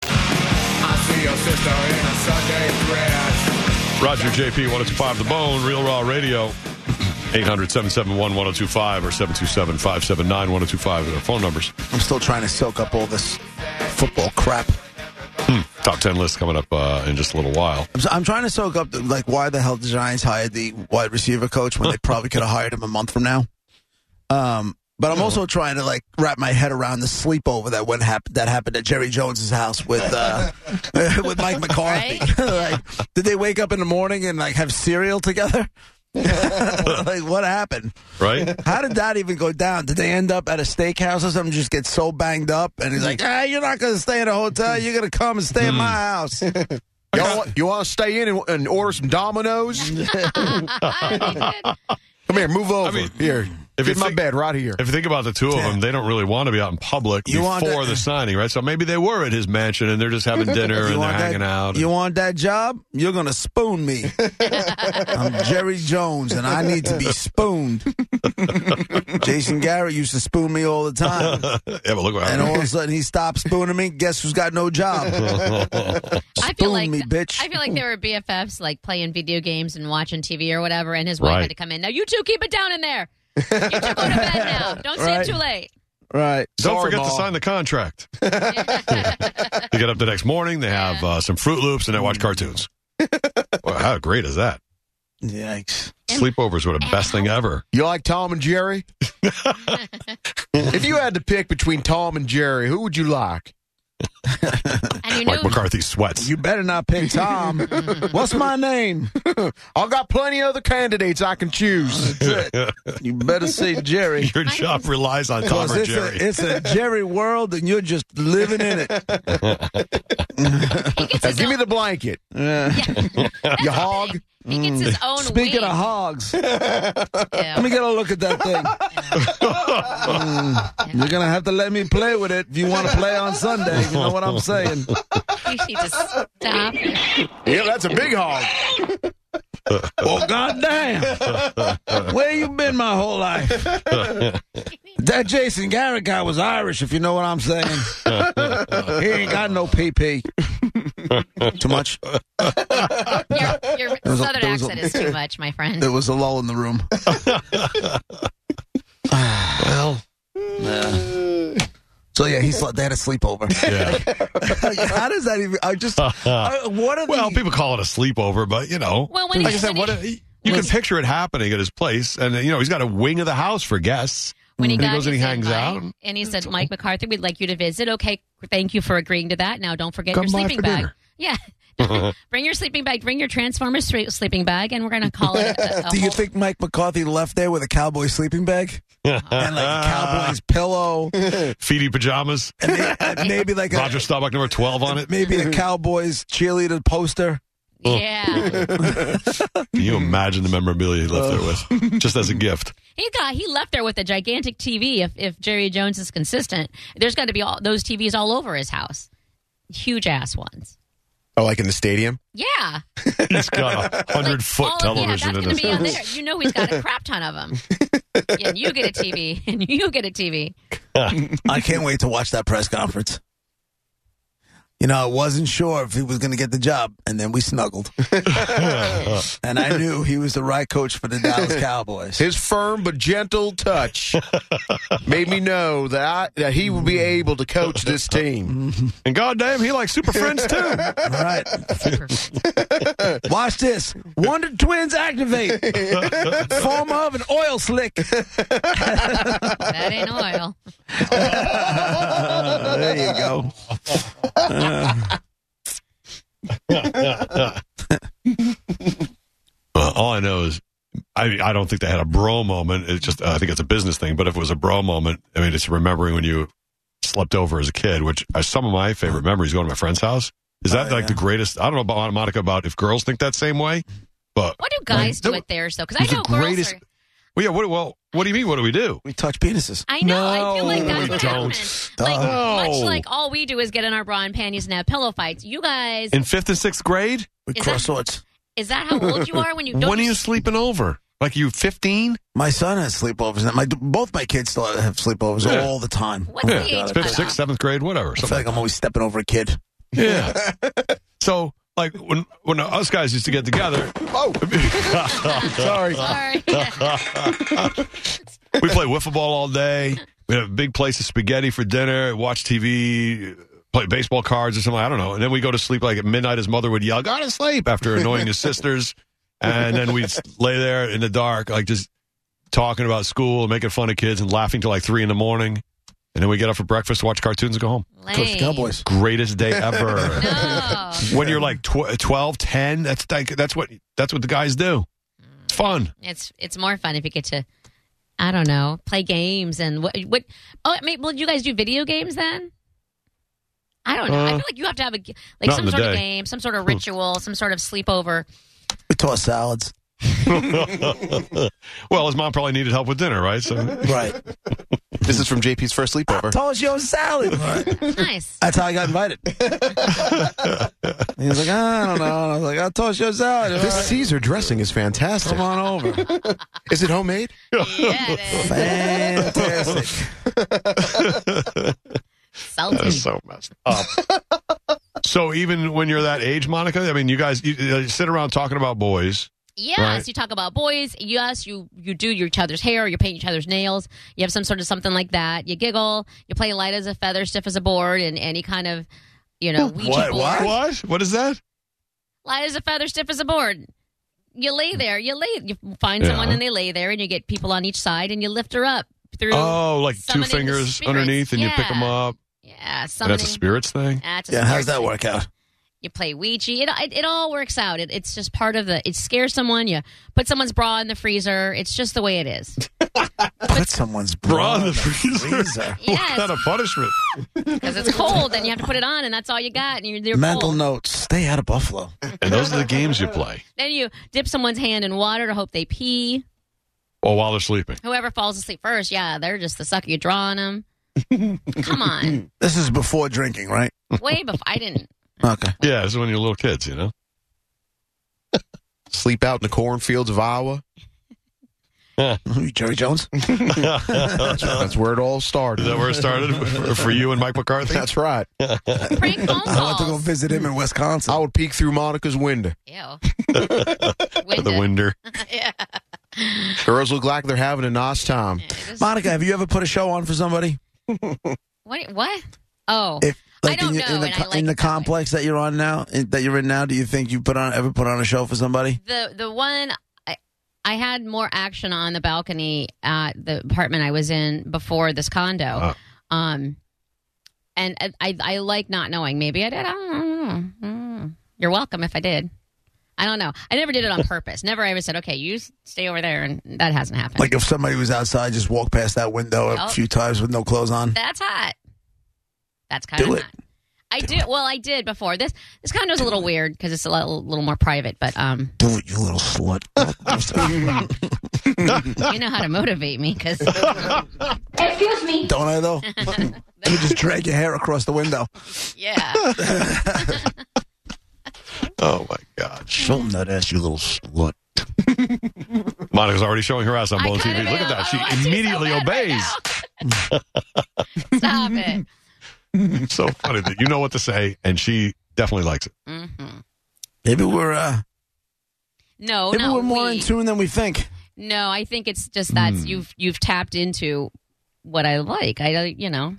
I see your sister in a Sunday dress. Roger JP 1025 The Bone, Real Raw Radio, 800 771 1025 or 727 579 1025 our phone numbers. I'm still trying to soak up all this football crap. Top 10 list coming up uh, in just a little while. I'm, I'm trying to soak up the, like why the hell the Giants hired the wide receiver coach when they probably could have hired him a month from now. Um, but I'm also trying to like wrap my head around the sleepover that went happened that happened at Jerry Jones's house with uh, with Mike McCarthy. like, did they wake up in the morning and like have cereal together? like what happened? Right? How did that even go down? Did they end up at a steakhouse or something? Just get so banged up, and he's like, "Hey, you're not going to stay in a hotel. You're going to come and stay at my house." You want, you want to stay in and, and order some Domino's? Come here, move over. mean, here, if if you in my think- bed right here. If you think about the two of them, they don't really want to be out in public You want before to- the signing, right? So maybe they were at his mansion and they're just having dinner and they're hanging that, out. You want that job? You're going to spoon me. I'm Jerry Jones, and I need to be spooned. Jason Garrett used to spoon me all the time. yeah, but look what And all happened. of a sudden, he stopped spooning me. Guess who's got no job? I feel Spoon like me, bitch. I feel like there were BFFs like playing video games and watching TV or whatever, and his wife Right. had to come in. Now you two keep it down in there. You two go to bed now. Don't stay Right. up too late. Right. Don't Sorry, forget to Ma. sign the contract. you get up the next morning, they have uh, some Fruit Loops and they watch cartoons. Well, how great is that? Yikes. Sleepovers were the best thing ever. You like Tom and Jerry? if you had to pick between Tom and Jerry, who would you like? And you Mike knew McCarthy sweats. You better not pick Tom. What's my name? I got plenty of other candidates I can choose. You better say Jerry. Your job relies on Tom 'Cause or it's, Jerry. A, it's a Jerry world, and you're just living in it. he gets Now, his give me own, the blanket, Yeah. you hog. he Mm. gets his own Speaking wing. of hogs, let oh Yeah. me get a look at that thing. Mm, You're gonna have to let me play with it if you want to play on Sunday. You know what I'm saying? You need to stop. it. Yeah, that's a big hog. Well, goddamn, where you been my whole life? That Jason Garrett guy was Irish, if you know what I'm saying. he ain't got no PP. Too much. Your was a- southern there was a- accent is too much, my friend. There was a lull in the room. well, yeah. So yeah, he slept. They had a sleepover. Yeah. How does that even? I just. I, what are Well, the? people call it a sleepover, but you know, Well, when like he- I said, when what you can picture it happening at his place, and you know he's got a wing of the house for guests. when he, and got Mm. he goes and he his hangs invite, out. and he said, "Mike McCarthy, we'd like you to visit. Okay, thank you for agreeing to that. Now, don't forget Come your by sleeping for bag. dinner. Yeah, bring your sleeping bag. Bring your Transformers stre- sleeping bag, and we're gonna call it. A, a Do you whole- think Mike McCarthy left there with a cowboy sleeping bag and like a Uh-huh. cowboy's pillow, Feety pajamas, and maybe like a Roger Staubach number twelve on it. maybe a cowboy's cheerleader poster? Yeah, Can you imagine the memorabilia he left there with, just as a gift? he got he left there with a gigantic TV. If if Jerry Jones is consistent, there's got to be all those TVs all over his house, huge ass ones. Oh, like in the stadium? Yeah, He's got a hundred foot all of, yeah, that's television in gonna his be on there. You know he's got a crap ton of them. and you get a TV, and you get a TV. I can't wait to watch that press conference. You know, I wasn't sure if he was going to get the job, and then we snuggled. and I knew he was the right coach for the Dallas Cowboys. His firm but gentle touch made me know that I, that he would be able to coach this team. And goddamn, he likes Super Friends too. All right. Watch this. Wonder Twins activate. Form of an oil slick. That ain't oil. there you go. Well, Uh, all I know is I I don't think they had a bro moment. It's just I think it's a business thing. But if it was a bro moment, I uh, mean, it's remembering when you slept over as a kid, which are some of my favorite memories going to my friend's house. Is that Oh, like yeah. the greatest? I don't know about Monica about if girls think that same way, but What do guys Like, do at theirs though? Because It was I know the girls greatest- are. well, yeah. What, well, what do you mean? What do we do? We touch penises. I know. I feel like No, that's what don't. happens. Like much No. like all we do is get in our bra and panties and have pillow fights. You guys, In fifth and sixth grade, We Is cross swords. is that how old you are when you don't? when are you sleeping over? Like you fifteen? My son has sleepovers. now. My both my kids still have sleepovers Yeah. all the time. What's the age God, I cut feel- Fifth, sixth, seventh grade, whatever. I feel Something. like I'm always stepping over a kid. Yeah. so like when when us guys used to get together, Oh, sorry. Sorry. we play wiffle ball all day. We have a big place of spaghetti for dinner. Watch TV. Play baseball cards or something. I don't know. And then we go to sleep like at midnight. His mother would yell, "Gotta sleep!" after annoying his sisters. And then we'd lay there in the dark, like just talking about school and making fun of kids and laughing till like three in the morning. And then we get up for breakfast, watch cartoons, and go home. Coach the Lame. Cowboys. Greatest day ever. No. when you're like tw- 12 10 that's like that's what that's what the guys do it's fun It's it's more fun if you get to, I don't know, play games and what what. Oh, I mean, well, you guys do video games then? I don't know. I Uh, feel like you have to have a g- like not in some the sort of day. game, some sort of ritual, some sort of sleepover. We toss salads. well his mom probably needed help with dinner right so Right. This is from JP's first sleepover. toss your salad. Nice. That's how I got invited. he was like, "Ah, I don't know. And I was like, I'll toss your salad. All This right, Caesar dressing is fantastic. Come on over. Is it homemade? yeah, it is. Fantastic. Salty. so messed up so even when you're that age monica i mean you guys you, you sit around talking about boys Yes, Right. you talk about boys. Yes, you you do your each other's hair, you paint each other's nails. You have some sort of something like that. You giggle. You play light as a feather, stiff as a board, and any kind of you know Ouija What, board. what? what what is that Light as a feather, stiff as a board. You lay Mm. there. You lay. You find Yeah. someone and they lay there, and you get people on each side, and you lift her up through. oh like Summoning two the fingers spirits. underneath and you pick Yeah. them up yeah, and summoning. that's a spirits thing That's a Yeah, how's spirit that thing. work out? You play Ouija. It, it, it all works out. It, it's just part of the. It scares someone. You put someone's bra in the freezer. It's just the way it is. Put someone's bra in the in freezer, Yes. what kind of punishment because it's cold and you have to put it on and that's all you got and you're, you're Mental cold. notes. Stay out of Buffalo. and those are the games you play Then you dip someone's hand in water to hope they pee. or while they're sleeping Whoever falls asleep first, yeah, they're just the sucker you draw on them. Come on, This is before drinking, right? way before I didn't. Okay. yeah this is when you're little kids you know Sleep out in the cornfields of Iowa. Jerry Jones? That's, that's where it all started. Is that where it started for, for you and Mike McCarthy? That's right. Prank phone I want to go calls. visit him in Wisconsin. I would peek through Monica's window. Ew. Wind the it. winder. yeah. Girls look like they're having a nice time. Yeah, just- Monica, have you ever put a show on for somebody? what? What? Oh, If I don't in, know, in the, and I co- like in the it that way. complex that you're on now, in, that you're in now, do you think you put on ever put on a show for somebody? the the one I, I had more action on the balcony at the apartment I was in before this condo. Um, and I, I I like not knowing. Maybe I did. I don't know. Mm. You're welcome if I did. I don't know. I never did it on purpose. Never ever said, "Okay, you s- stay over there," and that hasn't happened. Like if somebody was outside, just walk past that window a Yup. few times with no clothes on. That's hot. That's kind Do of it. hot. I do. Well, I did before. This this condo's a little weird because it's a little, little more private, but um, Do it, you little slut. you know how to motivate me because don't I though? you just drag your hair across the window. yeah. Oh my gosh. Show them that ass, you little slut. Monica's already showing her ass on I Bone kinda TV. Look at am. that. I She want you Oh, so immediately bad right obeys. now. Stop it. It's so funny that you know what to say, and she definitely likes it. hmm Maybe we're uh, No, maybe Oh, no, we're more we- in tune than we think. No, I think it's just that Hmm. you've you've tapped into what I like. I don't- you know,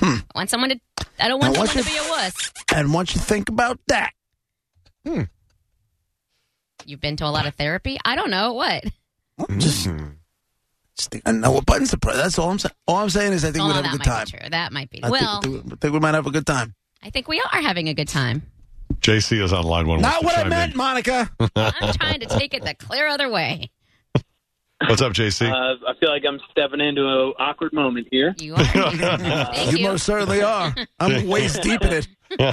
I want someone to. I don't want Hmm. Now, what's someone to be your- a wuss. And once you think about that, You've been to a lot of therapy. I don't know what. just, just think, I know what buttons to press. That's all I'm saying. All I'm saying is I think oh, we'd that have a might good time. be true. That might be. I well, think, think- think we might have a good time. I think we are having a good time. JC is on line one. wants Not to what I chime in. meant, Monica. I'm trying to take it the clear other way. What's up, JC? Uh, I feel like I'm stepping into an awkward moment here. You are. Thank you, you. most certainly are. I'm waist deep in it. uh,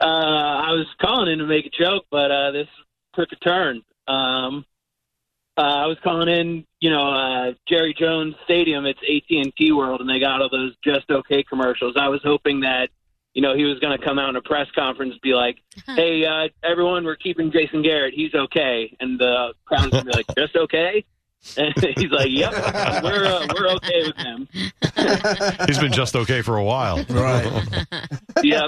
I was calling in to make a joke, but uh, this took a turn. Um, uh, I was calling in, you know, uh, Jerry Jones Stadium. It's AT and T World, and they got all those just okay commercials. I was hoping that, you know, he was going to come out in a press conference, and be like, "Hey, uh, everyone, we're keeping Jason Garrett. He's okay," and the crowd's going to be like, "Just okay." And he's like, "Yep, we're uh, we're okay with him." He's been just okay for a while. Right. Yeah,